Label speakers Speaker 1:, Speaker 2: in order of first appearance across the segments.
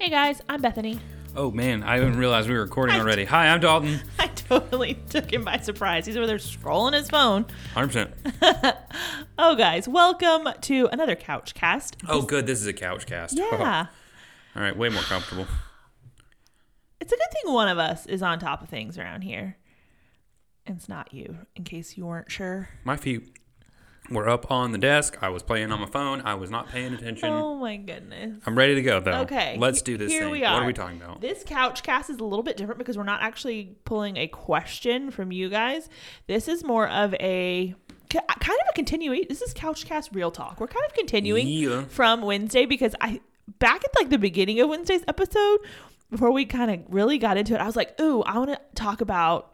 Speaker 1: Hey guys, I'm Bethany.
Speaker 2: Oh man, I didn't realize we were recording already. Hi, I'm Dalton.
Speaker 1: I totally took him by surprise. He's over there scrolling his phone.
Speaker 2: 100%.
Speaker 1: Oh, guys, welcome to another couch cast.
Speaker 2: Oh, good. This is a couch cast.
Speaker 1: Yeah,
Speaker 2: All right, way more comfortable.
Speaker 1: it's a good thing one of us is on top of things around here. And it's not you, in case you weren't sure.
Speaker 2: My feet were up on the desk. I was playing on my phone. I was not paying attention.
Speaker 1: Oh my goodness.
Speaker 2: I'm ready to go though.
Speaker 1: Okay.
Speaker 2: Oh, Let's do this
Speaker 1: Here
Speaker 2: thing.
Speaker 1: we
Speaker 2: What
Speaker 1: are.
Speaker 2: are we talking about?
Speaker 1: This couch cast is a little bit different because we're not actually pulling a question from you guys. This is more of a ki- kind of a continuation. This is couch cast real talk. We're kind of continuing
Speaker 2: Yeah.
Speaker 1: from Wednesday because I back at like the beginning of Wednesday's episode before we kind of really got into it. I was like, "Ooh, I want to talk about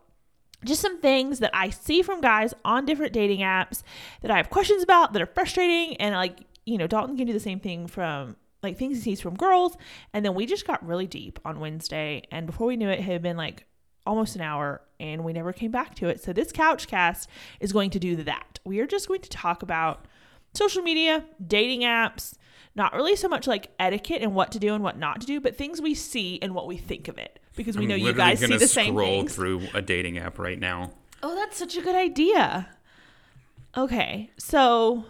Speaker 1: just some things that I see from guys on different dating apps that I have questions about that are frustrating. And like, you know, Dalton can do the same thing from like things he sees from girls. And then we just got really deep on Wednesday. And before we knew it, it had been like almost an hour and we never came back to it. So this couch cast is going to do that. We are just going to talk about social media, dating apps, not really so much like etiquette and what to do and what not to do, but things we see and what we think of it. Because we
Speaker 2: I'm
Speaker 1: know you
Speaker 2: literally
Speaker 1: guys see
Speaker 2: gonna
Speaker 1: the same
Speaker 2: scroll
Speaker 1: things.
Speaker 2: through a dating app right now.
Speaker 1: Oh, that's such a good idea. Okay, so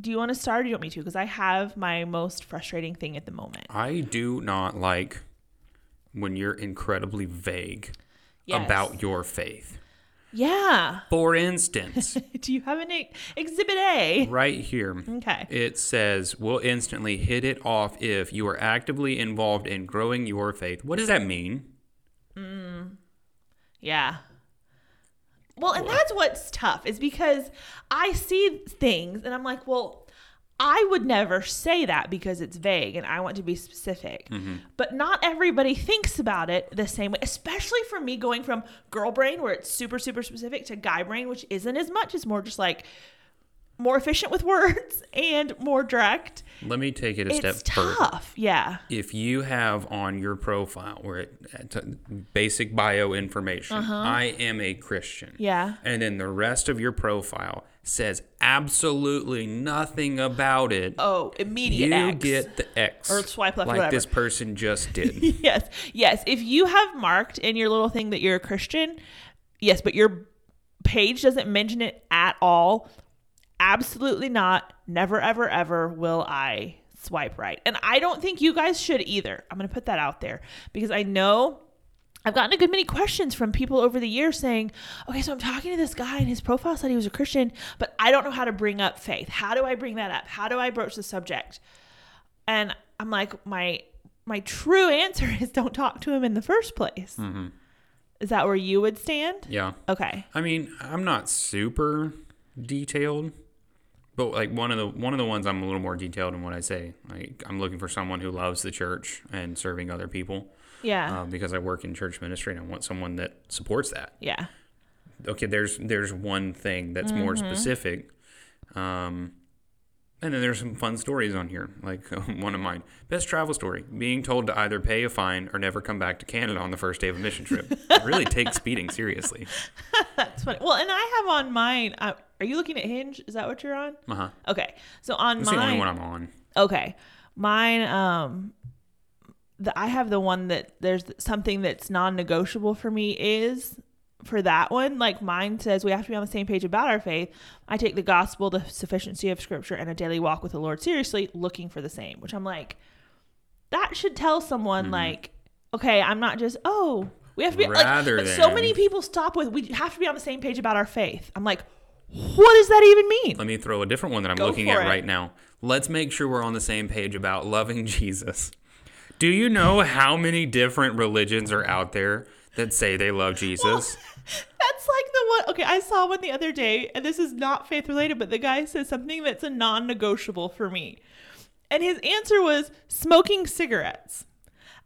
Speaker 1: do you want to start or do you want me to? Because I have my most frustrating thing at the moment.
Speaker 2: I do not like when you're incredibly vague
Speaker 1: Yes.
Speaker 2: about your faith.
Speaker 1: Yeah.
Speaker 2: For instance,
Speaker 1: Do you have an e- exhibit A?
Speaker 2: right here.
Speaker 1: Okay.
Speaker 2: It says, will instantly hit it off if you are actively involved in growing your faith. What does that mean?
Speaker 1: Yeah. Well, and that's what's tough is because I see things and I'm like, well, I would never say that because it's vague and I want to be specific.
Speaker 2: Mm-hmm.
Speaker 1: But not everybody thinks about it the same way, especially for me going from girl brain, where it's super, super specific, to guy brain, which isn't as much. It's more just like more efficient with words and more direct.
Speaker 2: Let me take it a step
Speaker 1: It's
Speaker 2: further.
Speaker 1: tough. Yeah.
Speaker 2: If you have on your profile where it it's, uh, basic bio information, I am a Christian.
Speaker 1: Uh-huh. Yeah.
Speaker 2: And then the rest of your profile says absolutely nothing about it.
Speaker 1: Oh, immediate
Speaker 2: you
Speaker 1: X.
Speaker 2: get the X.
Speaker 1: Or swipe left,
Speaker 2: like
Speaker 1: whatever.
Speaker 2: this person just did.
Speaker 1: yes yes if you have marked in your little thing that you're a christian yes but your page doesn't mention it at all absolutely not never ever ever will i swipe right and i don't think you guys should either i'm going to put that out there because i know I've gotten a good many questions from people over the years saying, okay, so I'm talking to this guy and his profile said he was a Christian, but I don't know how to bring up faith. How do I bring that up? How do I broach the subject? And I'm like, my my true answer is don't talk to him in the first place. Is that where you would stand?
Speaker 2: yeah.
Speaker 1: Okay.
Speaker 2: I mean, I'm not super detailed, but like one of the one of the ones I'm a little more detailed in what I say. Like I'm looking for someone who loves the church and serving other people
Speaker 1: Yeah.
Speaker 2: uh, because I work in church ministry and I want someone that supports that.
Speaker 1: yeah.
Speaker 2: Okay, there's there's one thing that's more specific. Um, and then there's some fun stories on here, like one of mine. Best travel story: being told to either pay a fine or never come back to Canada on the first day of a mission trip. I really take speeding seriously.
Speaker 1: That's funny. Well, and I have on mine. Uh, are you looking at Hinge? Is that what you're on?
Speaker 2: Uh huh.
Speaker 1: Okay. So on
Speaker 2: That's
Speaker 1: mine.
Speaker 2: the only one I'm on.
Speaker 1: Okay. Mine um the I have the one that there's something that's non-negotiable for me is for that one, like mine says we have to be on the same page about our faith. I take the gospel, the sufficiency of scripture and a daily walk with the Lord seriously, looking for the same, which I'm like that should tell someone
Speaker 2: Mm-hmm.
Speaker 1: like okay, I'm not just oh, we have to be
Speaker 2: Rather
Speaker 1: like, like so
Speaker 2: than-
Speaker 1: many people stop with we have to be on the same page about our faith. I'm like what does that even mean?
Speaker 2: Let me throw a different one that I'm
Speaker 1: Go
Speaker 2: looking
Speaker 1: for
Speaker 2: at
Speaker 1: it.
Speaker 2: right now. Let's make sure we're on the same page about loving Jesus. Do you know how many different religions are out there that say they love Jesus?
Speaker 1: That's like the one. Okay, I saw one the other day, and this is not faith related, but the guy says something that's a non negotiable for me. And his answer was smoking cigarettes.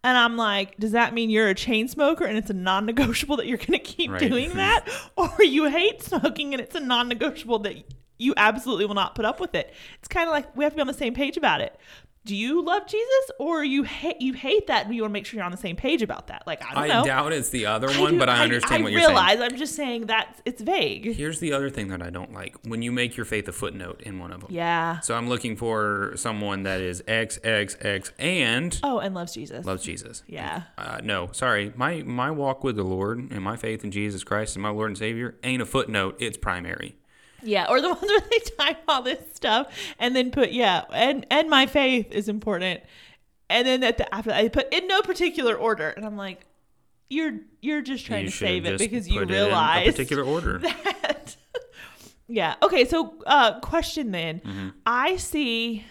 Speaker 1: And I'm like, does that mean you're a chain smoker and it's a non negotiable that you're going to keep
Speaker 2: Right.
Speaker 1: doing that? or you hate smoking and it's a non negotiable that you absolutely will not put up with it? It's kind of like we have to be on the same page about it. do you love Jesus or you hate you hate that and you want to make sure you're on the same page about that? Like I don't
Speaker 2: I
Speaker 1: know.
Speaker 2: doubt it's the other
Speaker 1: I
Speaker 2: one,
Speaker 1: do-
Speaker 2: but I understand what you're
Speaker 1: realize,
Speaker 2: saying.
Speaker 1: I'm just saying that it's vague.
Speaker 2: Here's the other thing that I don't like when you make your faith a footnote in one of them.
Speaker 1: Yeah.
Speaker 2: So I'm looking for someone that is X, X, X, and
Speaker 1: Oh, and loves Jesus.
Speaker 2: loves Jesus.
Speaker 1: yeah.
Speaker 2: Uh, no, sorry. My my walk with the Lord and my faith in Jesus Christ as my Lord and Savior ain't a footnote. It's primary.
Speaker 1: Yeah, or the ones where they type all this stuff and then put yeah, and and my faith is important, and then at the after that, I put in no particular order, and I'm like, you're you're just trying to
Speaker 2: should
Speaker 1: save it
Speaker 2: just
Speaker 1: because you
Speaker 2: put it
Speaker 1: realize
Speaker 2: in a particular order.
Speaker 1: that. yeah. Okay. So, uh, question then.
Speaker 2: Mm-hmm.
Speaker 1: I see.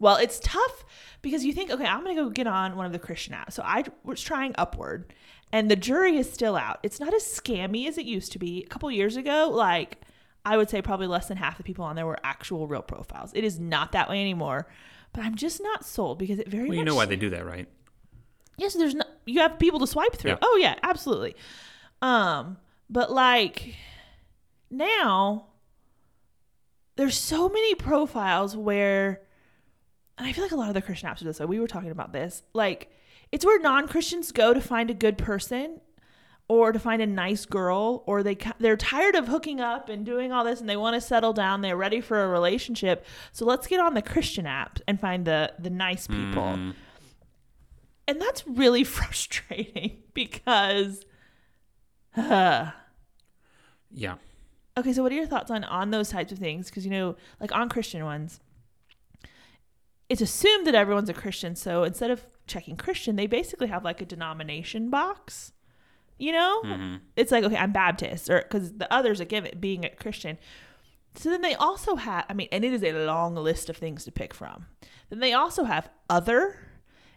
Speaker 1: Well, it's tough because you think, okay, I'm going to go get on one of the Christian apps. So I was trying Upward, and the jury is still out. It's not as scammy as it used to be. A couple years ago, like I would say, probably less than half the people on there were actual real profiles. It is not that way anymore. But I'm just not sold because it very
Speaker 2: Well,
Speaker 1: much
Speaker 2: you know why they do that, right?
Speaker 1: Yes, there's no you have people to swipe through.
Speaker 2: Yeah.
Speaker 1: Oh yeah, absolutely. Um, but like now there's so many profiles where and I feel like a lot of the Christian apps are this way. We were talking about this. Like it's where non-Christians go to find a good person or to find a nice girl or they ki- they're tired of hooking up and doing all this and they want to settle down. They're ready for a relationship. So let's get on the Christian app and find the the nice people.
Speaker 2: Mm-hmm. Mm,
Speaker 1: And that's really frustrating because. uh,
Speaker 2: Yeah.
Speaker 1: okay, so what are your thoughts on on those types of things? Because you know, like on Christian ones, it's assumed that everyone's a Christian. So instead of checking Christian, they basically have like a denomination box. You know,
Speaker 2: Mm-hmm.
Speaker 1: it's like okay, I'm Baptist, or because the others are given being a Christian. So then they also have, I mean, and it is a long list of things to pick from. Then they also have other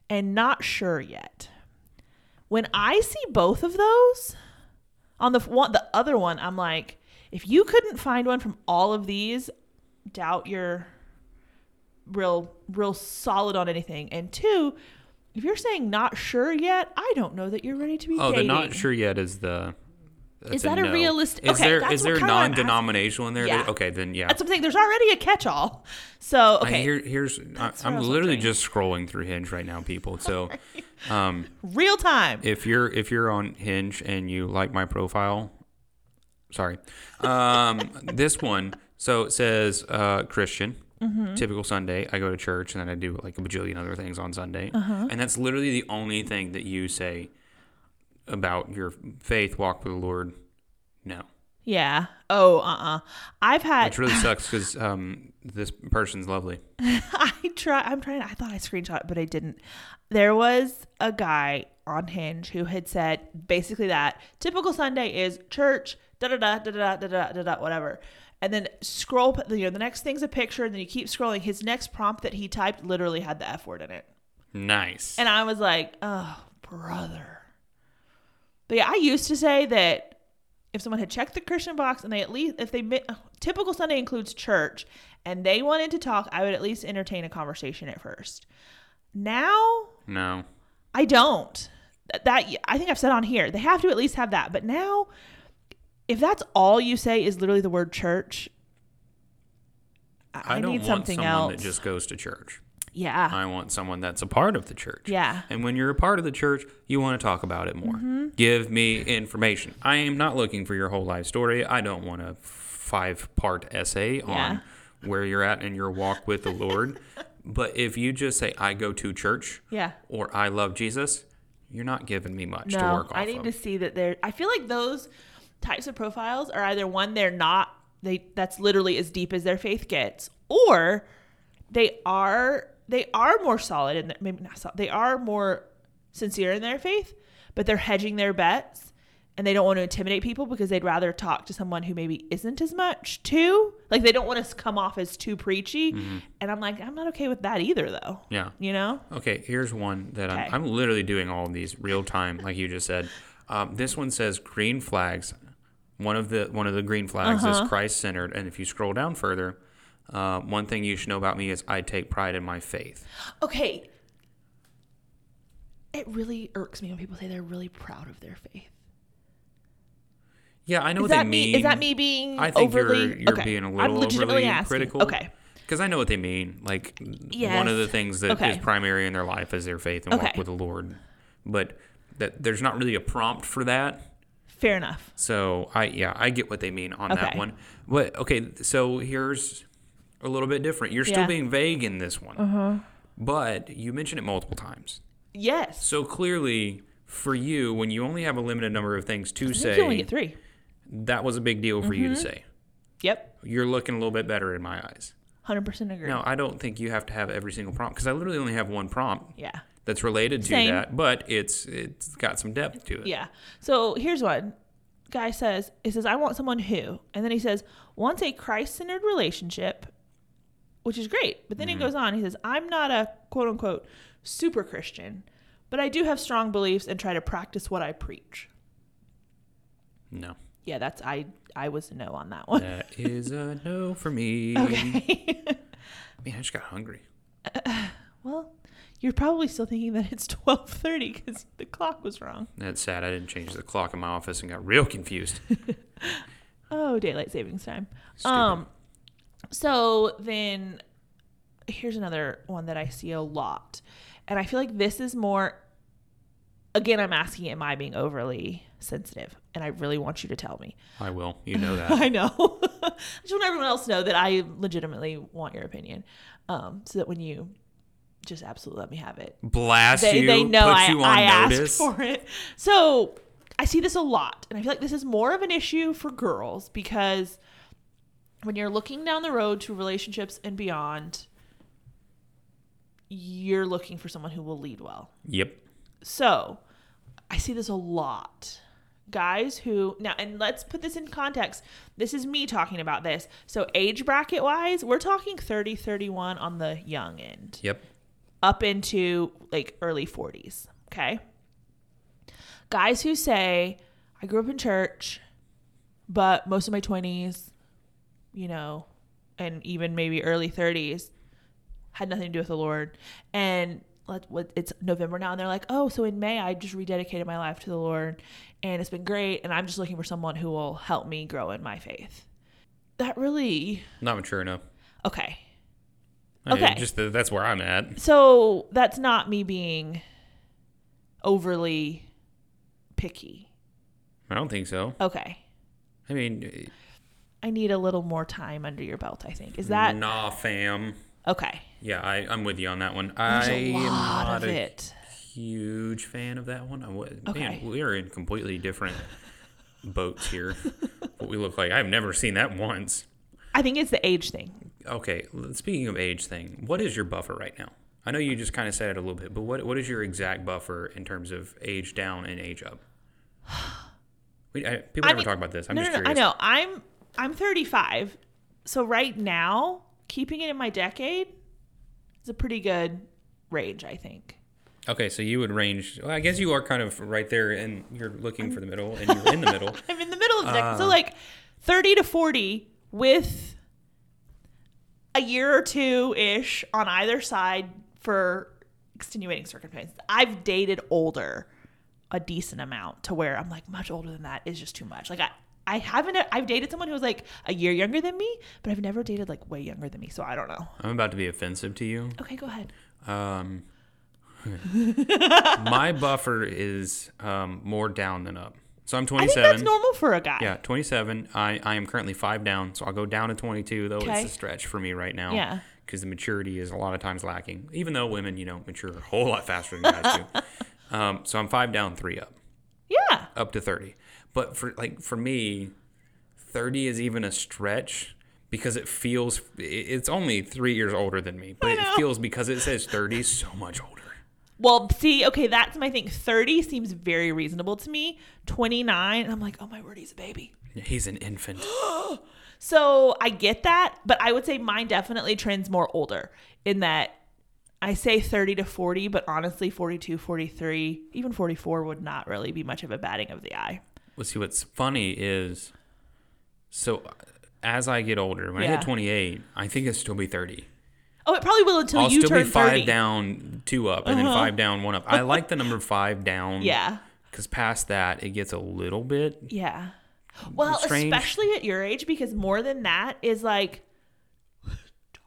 Speaker 1: and not sure yet. When I see both of those on the f- one, the other one, I'm like, if you couldn't find one from all of these, doubt you're real, real solid on anything. And two, if you're saying not sure yet, I don't know that you're ready to be
Speaker 2: Oh,
Speaker 1: dating.
Speaker 2: the not sure yet is the. that's
Speaker 1: Is that a
Speaker 2: no.
Speaker 1: realistic-
Speaker 2: Is
Speaker 1: okay,
Speaker 2: there
Speaker 1: that's
Speaker 2: is
Speaker 1: what
Speaker 2: there
Speaker 1: kinda what I'm asking.
Speaker 2: non-denominational in there?
Speaker 1: Yeah.
Speaker 2: That- okay, then yeah.
Speaker 1: That's something. There's already a catch-all. So
Speaker 2: I-
Speaker 1: okay,
Speaker 2: here, here's I,
Speaker 1: what I
Speaker 2: I'm
Speaker 1: was
Speaker 2: literally
Speaker 1: wondering.
Speaker 2: just scrolling through Hinge right now, people. So, um,
Speaker 1: real time.
Speaker 2: if you're if you're on Hinge and you like my profile, sorry, um, this one. So it says uh, Christian.
Speaker 1: Mm-hmm.
Speaker 2: Typical Sunday, I go to church and then I do like a bajillion other things on Sunday,
Speaker 1: Uh-huh.
Speaker 2: and that's literally the only thing that you say about your faith walk with the Lord. No,
Speaker 1: Yeah. Oh, uh uh. I've had
Speaker 2: which really sucks because um, this person's lovely.
Speaker 1: I try. I'm trying. I thought I screenshot it, but I didn't. There was a guy on Hinge who had said basically that typical Sunday is church, da da da da da da da da da whatever, and then scroll. You know, the next thing's a picture, and then you keep scrolling. His next prompt that he typed literally had the f word in it,
Speaker 2: Nice.
Speaker 1: and I was like, oh brother. But yeah, I used to say that if someone had checked the Christian box and they at least if they mi- typical Sunday includes church and they wanted to talk, I would at least entertain a conversation at first. Now
Speaker 2: no.
Speaker 1: I don't. That, that I think I've said on here. They have to at least have that. But now, if that's all you say is literally the word church, I,
Speaker 2: I,
Speaker 1: I
Speaker 2: don't
Speaker 1: need
Speaker 2: want
Speaker 1: something
Speaker 2: someone
Speaker 1: else.
Speaker 2: that just goes to church.
Speaker 1: yeah,
Speaker 2: I want someone that's a part of the church.
Speaker 1: Yeah. Mm-hmm.
Speaker 2: And when you're a part of the church, you want to talk about it more. Give me information. I am not looking for your whole life story. I don't want a five-part essay
Speaker 1: Yeah.
Speaker 2: on where you're at in your walk with the Lord. But if you just say I go to church
Speaker 1: yeah.
Speaker 2: or I love Jesus, you're not giving me much to work off
Speaker 1: I need
Speaker 2: of.
Speaker 1: to see that they're. I feel like those types of profiles are either one they're not they that's literally as deep as their faith gets, or they are they are more solid and maybe not solid. They are more sincere in their faith, but they're hedging their bets and they don't want to intimidate people because they'd rather talk to someone who maybe isn't as much too. Like they don't want to come off as too preachy. And I'm like, I'm not okay with that either, though.
Speaker 2: Mm-hmm. yeah.
Speaker 1: You know?
Speaker 2: Okay, here's one that
Speaker 1: Okay.
Speaker 2: I'm, I'm literally doing all of these real time, like you just said. Um, this one says green flags. One of the one of the green flags
Speaker 1: Uh-huh.
Speaker 2: is Christ centered, and if you scroll down further, uh, one thing you should know about me is I take pride in my faith.
Speaker 1: Okay. It really irks me when people say they're really proud of their faith.
Speaker 2: Yeah, I know
Speaker 1: Is
Speaker 2: what
Speaker 1: that
Speaker 2: they
Speaker 1: me?
Speaker 2: mean.
Speaker 1: Is that me being
Speaker 2: I think
Speaker 1: overly?
Speaker 2: you're, you're
Speaker 1: okay.
Speaker 2: being a
Speaker 1: I'm
Speaker 2: little
Speaker 1: legitimately
Speaker 2: overly
Speaker 1: asking.
Speaker 2: critical.
Speaker 1: Okay.
Speaker 2: because I know what they mean. Like one
Speaker 1: Yes.
Speaker 2: of the things that is
Speaker 1: Okay.
Speaker 2: primary in their life is their faith and walk
Speaker 1: Okay.
Speaker 2: with the Lord, but that there's not really a prompt for that.
Speaker 1: Fair enough.
Speaker 2: So I yeah I get what they mean on that
Speaker 1: Okay.
Speaker 2: one. But okay, so here's a little bit different. You're still
Speaker 1: Yeah. Uh-huh.
Speaker 2: being vague in this one, but you mention it multiple times.
Speaker 1: Yes.
Speaker 2: So clearly, for you, when you only have a limited number of things to
Speaker 1: I think you only
Speaker 2: say,
Speaker 1: get three. Mm-hmm.
Speaker 2: that was a big deal for you to say.
Speaker 1: Yep.
Speaker 2: You're looking a little bit better in my eyes.
Speaker 1: Hundred percent agree.
Speaker 2: No, I don't think you have to have every single prompt because I literally only have one prompt
Speaker 1: Yeah.
Speaker 2: that's related to
Speaker 1: Same.
Speaker 2: that, but it's it's got some depth to it.
Speaker 1: Yeah. So here's one. Guy says, he says, I want someone who, and then he says, wants a Christ centered relationship, which is great. But then he goes on, he says, I'm not a quote unquote super Christian, but I do have strong beliefs and try to practice what I preach.
Speaker 2: No,
Speaker 1: Yeah, that's, I, I was no on that one.
Speaker 2: that is a no for me.
Speaker 1: Okay.
Speaker 2: Man, I just got hungry.
Speaker 1: well, you're probably still thinking that it's 1230 because the clock was wrong.
Speaker 2: That's sad. I didn't change the clock in my office and got real confused.
Speaker 1: Oh, daylight savings time.
Speaker 2: Stupid.
Speaker 1: Um, so then here's another one that I see a lot. And I feel like this is more again, I'm asking, am I being overly sensitive? And I really want you to tell me.
Speaker 2: I will. You know that.
Speaker 1: I know. I just want everyone else to know that I legitimately want your opinion. Um, so that when you just absolutely let me have it.
Speaker 2: Blast
Speaker 1: They,
Speaker 2: you.
Speaker 1: they know
Speaker 2: puts
Speaker 1: I,
Speaker 2: you on
Speaker 1: I
Speaker 2: notice.
Speaker 1: asked for it. So I see this a lot. And I feel like this is more of an issue for girls because when you're looking down the road to relationships and beyond, you're looking for someone who will lead well.
Speaker 2: Yep.
Speaker 1: So I see this a lot. Guys who now, and let's put this in context. This is me talking about this. So, age bracket wise, we're talking 30, 31 on the young end
Speaker 2: Yep.
Speaker 1: up into like early 40s. Okay. Guys who say, I grew up in church, but most of my 20s, you know, and even maybe early 30s had nothing to do with the Lord. And let, what, it's November now, and they're like, oh, so in May, I just rededicated my life to the Lord, and it's been great. And I'm just looking for someone who will help me grow in my faith. That really,
Speaker 2: Not mature enough.
Speaker 1: okay.
Speaker 2: I-
Speaker 1: Okay.
Speaker 2: just that that's where I'm at.
Speaker 1: So that's not me being overly picky.
Speaker 2: I don't think so.
Speaker 1: Okay.
Speaker 2: I mean,
Speaker 1: I need a little more time under your belt, I think. Is that
Speaker 2: nah, fam.
Speaker 1: okay?
Speaker 2: Yeah, I, I'm with you on that one.
Speaker 1: There's
Speaker 2: I
Speaker 1: a
Speaker 2: am
Speaker 1: lot
Speaker 2: not
Speaker 1: of
Speaker 2: a
Speaker 1: it.
Speaker 2: huge fan of that one. I was,
Speaker 1: Okay.
Speaker 2: Man, we are in completely different boats here. what we look like. I've never seen that once.
Speaker 1: I think it's the age thing.
Speaker 2: Okay, l- speaking of age thing, what is your buffer right now? I know you just kind of said it a little bit, but what what is your exact buffer in terms of age down and age up? We, I, people
Speaker 1: I
Speaker 2: never
Speaker 1: mean-
Speaker 2: talk about this. I'm
Speaker 1: no,
Speaker 2: just
Speaker 1: no, no. I
Speaker 2: curious.
Speaker 1: know. I'm I'm 35, so right now, keeping it in my decade is a pretty good range, I think.
Speaker 2: Okay, so you would range. Well, I guess you are kind of right there, and you're looking for the middle, and you're in the middle.
Speaker 1: I'm in the middle of the decade, so like 30 to 40 with a year or two ish on either side for extenuating circumstances. I've dated older a decent amount to where I'm like much older than that is just too much. Like I I haven't I've dated someone who was like a year younger than me, but I've never dated like way younger than me, so I don't know.
Speaker 2: I'm about to be offensive to you.
Speaker 1: Okay, go ahead.
Speaker 2: Um, my buffer is um, more down than up. So I'm
Speaker 1: I think
Speaker 2: 27.
Speaker 1: that's normal for a guy.
Speaker 2: Yeah, 27. I, I am currently five down, so I'll go down to 22, though
Speaker 1: Okay.
Speaker 2: it's a stretch for me right now.
Speaker 1: Yeah.
Speaker 2: Because the maturity is a lot of times lacking, even though women, you know, mature a whole lot faster than guys do. Um, so I'm five down, three up,
Speaker 1: Yeah.
Speaker 2: up to 30. But for like for me, 30 is even a stretch because it feels it- it's only three years older than me, but it
Speaker 1: know.
Speaker 2: feels because it says 30 so much older.
Speaker 1: Well, see, okay, that's my thing. 30 seems very reasonable to me. 29, I'm like, oh my word, he's a baby.
Speaker 2: He's an infant.
Speaker 1: So I get that, but I would say mine definitely trends more older in that I say 30 to 40, but honestly, 42, 43, even 44 would not really be much of a batting of the eye.
Speaker 2: Well, see, what's funny is, so uh, as I get older, when I
Speaker 1: Yeah.
Speaker 2: hit 28, I think it'll still be 30.
Speaker 1: Oh, it probably will until
Speaker 2: I'll
Speaker 1: you
Speaker 2: still
Speaker 1: turn
Speaker 2: be five
Speaker 1: 30.
Speaker 2: down, two up, and then five down, one up. I like the number five down.
Speaker 1: Yeah.
Speaker 2: Because past that, it gets a little bit.
Speaker 1: Yeah. Well,
Speaker 2: strange.
Speaker 1: especially at your age, because more than that is like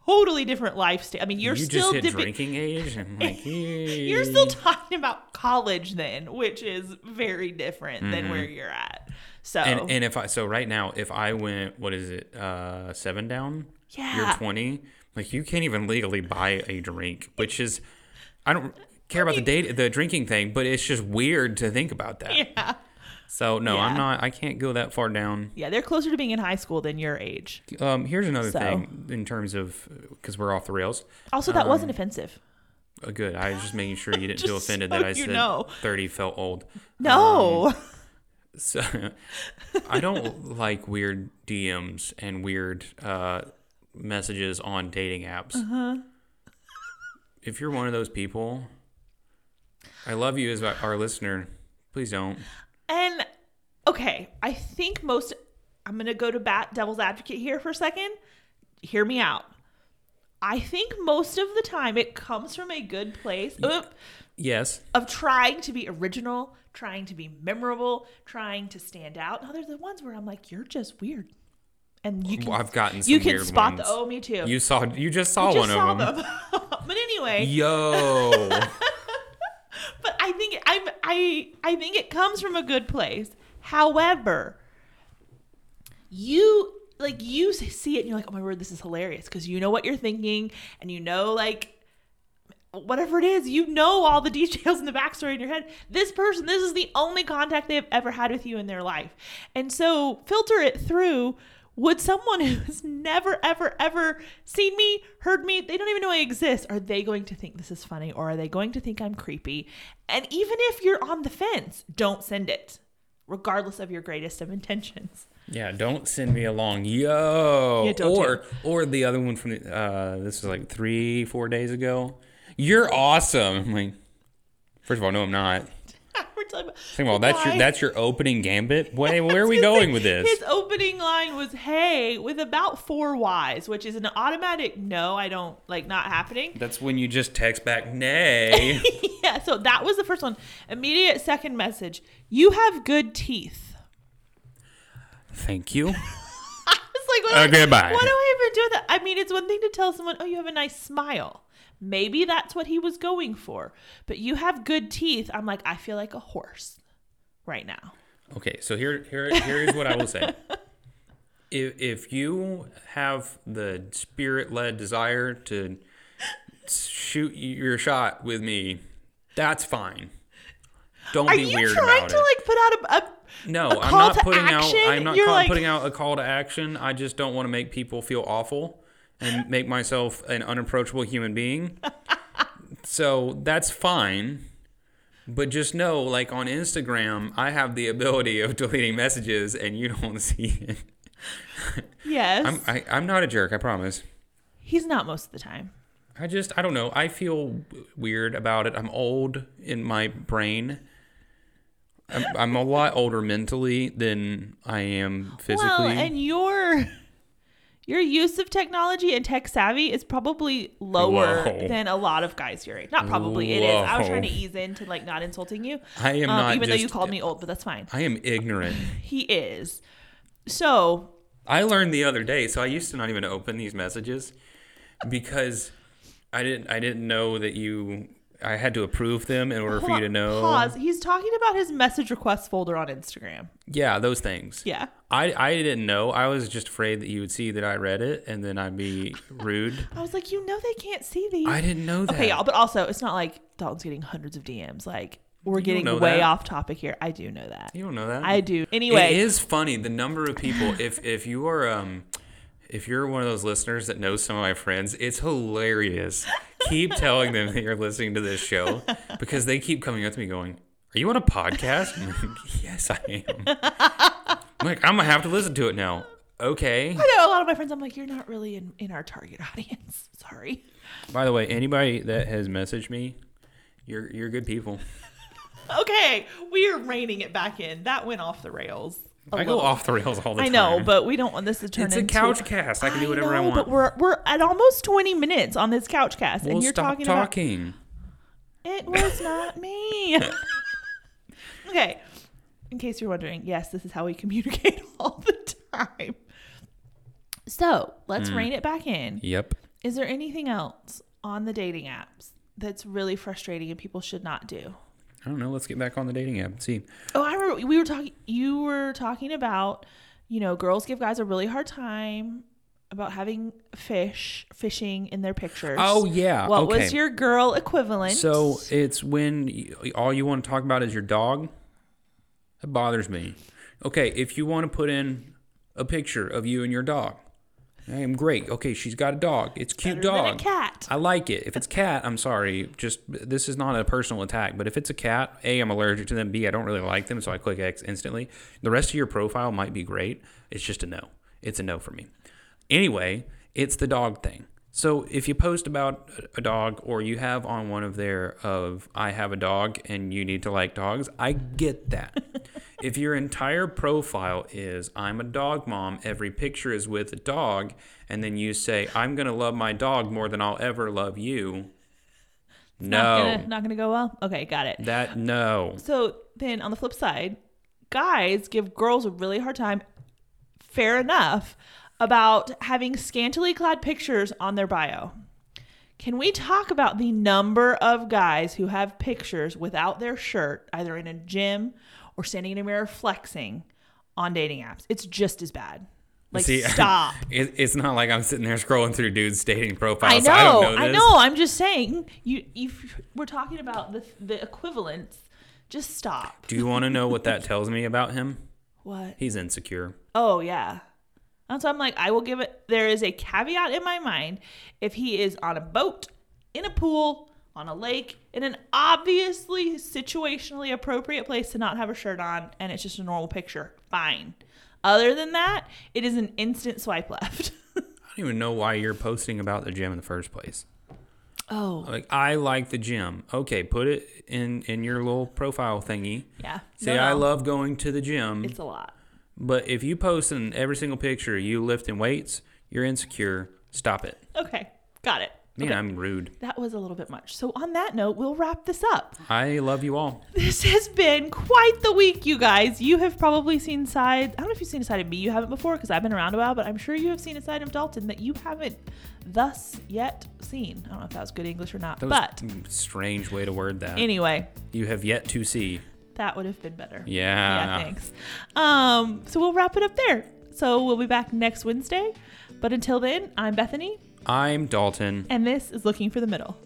Speaker 1: totally different lifestyle. I mean, you're
Speaker 2: you
Speaker 1: still
Speaker 2: just hit
Speaker 1: dipping-
Speaker 2: drinking age and like
Speaker 1: you're still talking about college then, which is very different than where you're at. So
Speaker 2: Mm-hmm. and, and if I so right now if I went what is it uh seven down you're
Speaker 1: Yeah.
Speaker 2: 20 like you can't even legally buy a drink which is I don't care about the date the drinking thing but it's just weird to think about that
Speaker 1: yeah.
Speaker 2: so no I'm
Speaker 1: Yeah.
Speaker 2: not I can't go that far down
Speaker 1: Yeah, they're closer to being in high school than your age.
Speaker 2: um here's another
Speaker 1: So.
Speaker 2: thing in terms of because we're off the rails
Speaker 1: Also, that wasn't offensive.
Speaker 2: Uh, good I was just making sure you didn't feel
Speaker 1: Just
Speaker 2: offended
Speaker 1: so
Speaker 2: that I
Speaker 1: you
Speaker 2: said
Speaker 1: know.
Speaker 2: 30 felt old
Speaker 1: No.
Speaker 2: so I don't like weird DMs and weird uh, messages on dating apps.
Speaker 1: Uh-huh.
Speaker 2: If you're one of those people, I love you as our listener. Please don't.
Speaker 1: and okay, I think most I'm going to go to bat devil's advocate here for a second. Hear me out. I think most of the time it comes from a good place oop,
Speaker 2: Yes,
Speaker 1: of trying to be original, trying to be memorable, trying to stand out. Now there's the ones where I'm like, you're just weird. And you can,
Speaker 2: I've gotten some
Speaker 1: you can
Speaker 2: weird
Speaker 1: spot
Speaker 2: ones.
Speaker 1: the, oh, me too.
Speaker 2: You saw. You just saw
Speaker 1: just
Speaker 2: one
Speaker 1: saw
Speaker 2: of them.
Speaker 1: but anyway,
Speaker 2: Yo,
Speaker 1: But I think I'm I I think it comes from a good place. However, you like you see it and you're like, oh my word, this is hilarious because you know what you're thinking and you know like whatever it is, you know all the details and the backstory in your head. This person, this is the only contact they have ever had with you in their life. And so filter it through. Would someone who's never, ever, ever seen me, heard me, they don't even know I exist, are they going to think this is funny or are they going to think I'm creepy? And even if you're on the fence, don't send it, regardless of your greatest of intentions.
Speaker 2: yeah. Don't send me along. Yo,
Speaker 1: Yeah, don't
Speaker 2: or or the other one from the, uh, this was like three, four days ago. You're awesome. I'm like, first of all, no, I'm not.
Speaker 1: We're talking about,
Speaker 2: Think about that's your
Speaker 1: Why?
Speaker 2: that's your opening gambit. Wait, where are we
Speaker 1: was gonna
Speaker 2: going
Speaker 1: say,
Speaker 2: with this?
Speaker 1: His opening line was "Hey" with about four Y's, which is an automatic no. I don't like not happening.
Speaker 2: That's when you just text back, nay.
Speaker 1: yeah, so that was the first one. Immediate second message: You have good teeth.
Speaker 2: Thank you.
Speaker 1: I was like, what, do I-
Speaker 2: Okay, bye.
Speaker 1: What do I even do with that? I mean, it's one thing to tell someone, "Oh, you have a nice smile." Maybe that's what he was going for. But you have good teeth. I'm like, I feel like a horse right now.
Speaker 2: Okay, so here here here is what I will say. If if you have the spirit led desire to shoot your shot with me, that's fine. Don't
Speaker 1: Are
Speaker 2: be
Speaker 1: you
Speaker 2: weird
Speaker 1: trying
Speaker 2: about
Speaker 1: to
Speaker 2: it.
Speaker 1: like put out a, a
Speaker 2: No,
Speaker 1: a
Speaker 2: I'm
Speaker 1: call
Speaker 2: not
Speaker 1: to
Speaker 2: putting
Speaker 1: action?
Speaker 2: out. I'm not
Speaker 1: You're
Speaker 2: call,
Speaker 1: like-
Speaker 2: putting out a call to action. I just don't want to make people feel awful and make myself an unapproachable human being. so that's fine. But just know, like on Instagram, I have the ability of deleting messages, and you don't see it.
Speaker 1: yes?
Speaker 2: I'm I, I'm not a jerk. I promise.
Speaker 1: He's not most of the time.
Speaker 2: I just I don't know. I feel w- weird about it. I'm old in my brain. I'm, I'm a lot older mentally than I am physically.
Speaker 1: Well, and your your use of technology and tech savvy is probably lower
Speaker 2: Whoa.
Speaker 1: than a lot of guys your age. Not probably it is. I was
Speaker 2: Whoa.
Speaker 1: trying to ease into like not insulting you.
Speaker 2: I am not
Speaker 1: Um, even though you
Speaker 2: just-
Speaker 1: called me old, but that's fine.
Speaker 2: I am ignorant.
Speaker 1: He is. So
Speaker 2: I learned the other day, so I used to not even open these messages because I didn't I didn't know that you I had to approve them in order for you
Speaker 1: hold
Speaker 2: to
Speaker 1: on,
Speaker 2: know.
Speaker 1: pause. He's talking about his message request folder on Instagram.
Speaker 2: Yeah, those things.
Speaker 1: Yeah.
Speaker 2: I, I didn't know. I was just afraid that you would see that I read it and then I'd be rude.
Speaker 1: I was like, you know they can't see these.
Speaker 2: I didn't know that.
Speaker 1: Okay, y'all, but also it's not like Dalton's getting hundreds of DMs. Like we're getting
Speaker 2: know
Speaker 1: way
Speaker 2: that.
Speaker 1: off topic here. I do know that.
Speaker 2: You don't know that.
Speaker 1: I do. Anyway,
Speaker 2: It is funny the number of people. If if you are um, if you're one of those listeners that knows some of my friends, it's hilarious. Keep telling them that you're listening to this show because they keep coming up to me going, "Are you on a podcast?" I'm like, yes, I am. I'm like, I'm gonna have to listen to it now. Okay.
Speaker 1: I know a lot of my friends. I'm like, you're not really in, in our target audience. Sorry.
Speaker 2: By the way, anybody that has messaged me, you're you're good people.
Speaker 1: Okay, we are reining it back in. That went off the rails. I
Speaker 2: I go off the rails all the
Speaker 1: Oh, I
Speaker 2: time.
Speaker 1: know, but we don't want this to turn
Speaker 2: it's a
Speaker 1: into
Speaker 2: couch cast. I can do whatever I,
Speaker 1: know,
Speaker 2: want.
Speaker 1: But we're we're at almost 20 minutes on this couch cast,
Speaker 2: we'll
Speaker 1: and you're
Speaker 2: stop
Speaker 1: talking,
Speaker 2: talking.
Speaker 1: about it was not me. okay, in case you're wondering, yes, this is how we
Speaker 2: Hmm.
Speaker 1: communicate all the time. So let's rein it back in.
Speaker 2: Yep.
Speaker 1: Is there anything else on the dating apps that's really frustrating and people should not do?
Speaker 2: I don't know. Let's get back on the dating app and see.
Speaker 1: Oh, I remember we were talking. You were talking about, you know, girls give guys a really hard time about having fish fishing in their pictures.
Speaker 2: Oh, yeah.
Speaker 1: What
Speaker 2: okay.
Speaker 1: was your girl equivalent?
Speaker 2: So it's when you, all you want to talk about is your dog. That bothers me. Okay, if you want to put in a picture of you and your dog, I am great. Okay, she's got a dog. It's a cute
Speaker 1: Better than a
Speaker 2: dog.
Speaker 1: cat.
Speaker 2: I like it. If it's cat, I'm sorry. Just this is not a personal attack, but if it's a cat, a I'm allergic to them. B I don't really like them, so I click X instantly. The rest of your profile might be great. It's just a no. It's a no for me. Anyway, it's the dog thing. So if you post about a dog or you have on one of their of I have a dog and you need to like dogs, I get that. if your entire profile is I'm a dog mom, every picture is with a dog, and then you say I'm going to love my dog more than I'll ever love you.
Speaker 1: not
Speaker 2: No.
Speaker 1: gonna, not gonna go well. Okay, got it.
Speaker 2: That no.
Speaker 1: So then on the flip side, guys give girls a really hard time, fair enough, about having scantily clad pictures on their bio. Can we talk about the number of guys who have pictures without their shirt, either in a gym or standing in a mirror flexing on dating apps? It's just as bad. Like,
Speaker 2: See,
Speaker 1: stop.
Speaker 2: It, it's not like I'm sitting there scrolling through dudes dating
Speaker 1: I
Speaker 2: profiles.
Speaker 1: know, I,
Speaker 2: I don't know. This.
Speaker 1: know. I'm just saying, you, if we're talking about the, the equivalents, just stop.
Speaker 2: Do you want to know what that tells me about him?
Speaker 1: What?
Speaker 2: He's insecure.
Speaker 1: Oh yeah. And so I'm like, I will give it. There is a caveat in my mind. If he is on a boat, in a pool, on a lake, in an obviously situationally appropriate place to not have a shirt on, and it's just a normal picture, fine. Other than that, it is an instant swipe left.
Speaker 2: I don't even know why you're posting about the gym in the first place.
Speaker 1: oh
Speaker 2: Like I like the gym. Okay, put it in in your little profile thingy.
Speaker 1: yeah.
Speaker 2: Say
Speaker 1: No,
Speaker 2: I
Speaker 1: no.
Speaker 2: love going to the gym,
Speaker 1: It's a lot.
Speaker 2: but if you post in every single picture you lifting weights, you're insecure. Stop it.
Speaker 1: Okay, got it.
Speaker 2: Man, I'm rude.
Speaker 1: That was a little bit much. So on that note, we'll wrap this up.
Speaker 2: I love you all.
Speaker 1: This has been quite the week, you guys. You have probably seen side. I don't know if you've seen a side of me. You haven't before because I've been around a while, but I'm sure you have seen a side of Dalton that you haven't thus yet seen. I don't know if that was good English or not,
Speaker 2: That was
Speaker 1: but
Speaker 2: a strange way to word that.
Speaker 1: anyway,
Speaker 2: you have yet to see.
Speaker 1: that would have been better.
Speaker 2: Yeah.
Speaker 1: Yeah, thanks. Um, so we'll wrap it up there. So we'll be back next Wednesday. But until then, I'm Bethany,
Speaker 2: I'm Dalton.
Speaker 1: and this is Looking for the Middle.